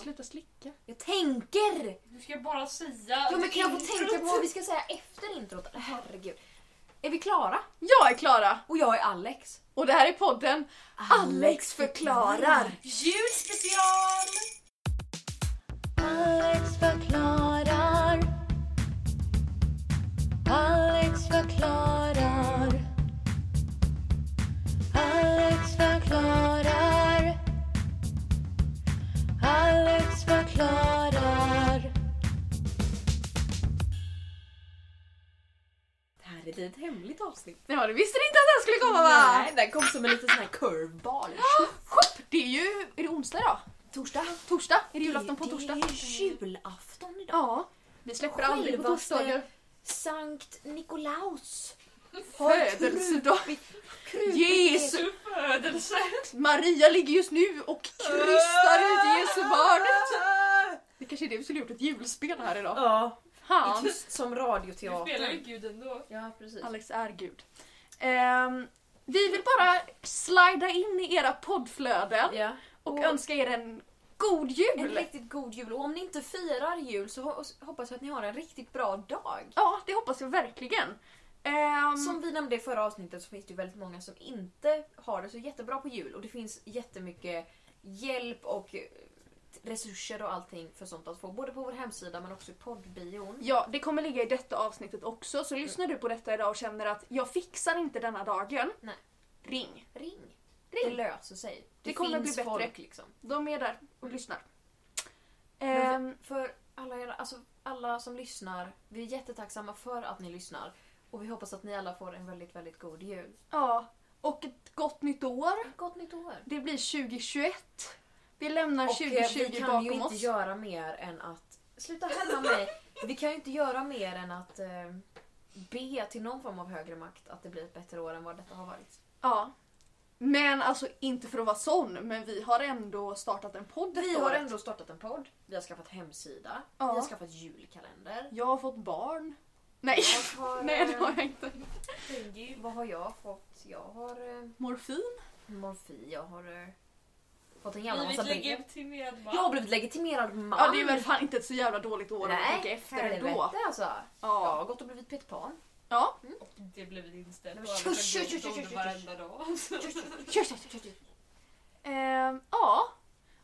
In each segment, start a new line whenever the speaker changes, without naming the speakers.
sluta slicka?
Jag tänker!
Du ska bara säga...
Ja, men kan jag få
introt.
tänka på vad vi ska säga efter introt? Herregud. Är vi klara?
Jag är Klara
Och jag är Alex.
och det här är podden Alex förklarar.
Julspecial!
Alex förklarar. Alex förklarar. Alex förklarar. Alex förklarar.
Det här är ett litet hemligt avsnitt.
Ja, det visste ni inte att det här skulle komma va?
Nej, den kom som en liten sån här curveball.
Hopp! Det är ju... Är det onsdag idag?
Torsdag.
Torsdag? Är det julafton på torsdag?
Det är julafton idag.
Ja. Vi släpper aldrig på
Självaste
torsdagar.
Sankt Nikolaus.
Födelsedag.
Krupigt
Jesus!
Du födelse!
Maria ligger just nu och krystar ut Jesu barn. Det kanske är det vi skulle gjort ett julspel här idag.
Ja,
Fan.
tyst som
Du spelar ju
radioteater.
gud ändå.
Ja, precis.
Alex är gud. Ehm, vi vill bara slida in i era poddflöden
Ja.
och
Och-
önska er en god
En
jul!
riktigt god jul. Och om ni inte firar jul så ho- hoppas jag att ni har en riktigt bra dag.
Ja, det hoppas jag verkligen. Ehm,
Mm.
Som vi nämnde i förra avsnittet så finns det ju väldigt många som inte har det så jättebra på jul. Och det finns jättemycket hjälp och eh, resurser och allting för sånt att få. Både på vår hemsida men också i poddbion.
Ja, det kommer ligga i detta avsnittet också, så lyssnar du på detta idag och känner att jag fixar inte denna dagen,
Nej.
ring.
Ring!
Ring.
Det löser sig.
Det kommer
finns
bli bättre.
folk liksom.
De är där och lyssnar.
Men
Ehm,
för, för alla, era, alltså, alla som lyssnar, vi är jättetacksamma för att ni lyssnar. Och vi hoppas att ni alla får en väldigt, väldigt god jul.
ja, och ett gott nytt år.
Gott nytt år!
Det blir 2021. Vi lämnar
Och eh,
2020
vi kan ju
bakom
inte
oss.
göra mer än att... Sluta hämma mig! Vi kan ju inte göra mer än att eh, be till någon form av högre makt att det blir ett bättre år än vad detta har varit.
Ja. Men alltså inte för att vara sån, men vi har ändå startat en podd
Vi
efter
har
året.
ändå startat en podd, vi har skaffat hemsida,
Ja.
vi har skaffat julkalender.
Jag har fått barn. Nej,
Jag har,
nej det
eh,
har jag inte.
Tänker
Vad har jag fått? Jag har eh,
Morfin?
morfi, jag har eh, fått en jävla massa
Blivit
brev.
legitimerad man.
Jag har blivit legitimerad man!
Ja det är väl fan inte ett så jävla dåligt år att tänka
Nej,
efter ändå.
helvete alltså. Jag
Ja.
har gått och blivit Peter Pan.
ja.
Det blev ett inställt.
Men
Och alla
tjo, tjo,
skämde
tjo,
om
tjo,
det
tjo,
Varenda dag.
Ehm, ja.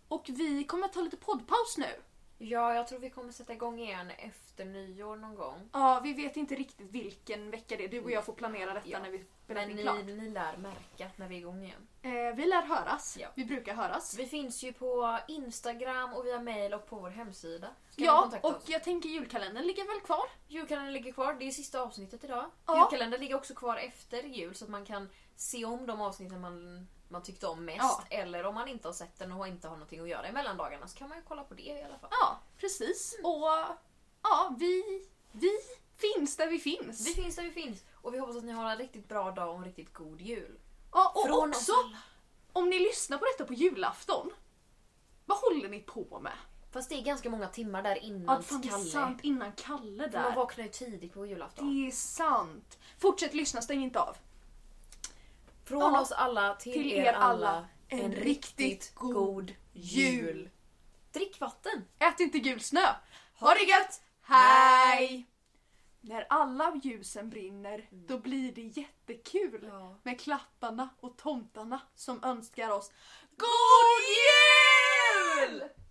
Och vi kommer att ta lite poddpaus nu.
Ja, jag tror vi kommer sätta igång igen efter nyår någon gång.
Ja, vi vet inte riktigt vilken vecka det är. Du och jag får planera detta
Ja.
när vi spelar
Men
in
ni,
klart.
ni lär märka när vi är igång igen.
Eh, vi lär höras.
Ja.
Vi brukar höras.
Vi finns ju på Instagram och via mail och på vår hemsida. Ska ni
Ja,
kontakta
och
oss?
jag tänker julkalendern ligger väl kvar?
Julkalendern ligger kvar, det är sista avsnittet idag.
Ja.
Julkalendern ligger också kvar efter jul så att man kan se om de avsnitten man, man tyckte om mest.
Ja.
Eller om man inte har sett den och inte har någonting att göra i mellandagarna så kan man ju kolla på det i alla fall.
Ja, precis.
Mm.
Och ja, vi, vi finns där vi finns.
Vi finns där vi finns och vi hoppas att ni har en riktigt bra dag och en riktigt god jul.
ja, och
Från oss
också, om ni lyssnar på detta på julafton, vad håller ni på med?
Fast det är ganska många timmar där
Ja,
innan
fan, det är
Kalle.
sant innan Kalle
Man
där.
vaknar ju tidigt på julafton.
Det är sant. Fortsätt lyssna, stäng inte av.
Från
Ja.
oss alla till,
Till
er, alla
en riktigt god jul.
Drick vatten!
Ät inte gul snö. Ha det gött! Hej! När alla ljusen brinner, då blir det jättekul
Ja.
med klapparna och tomtarna som önskar oss GOD JUL!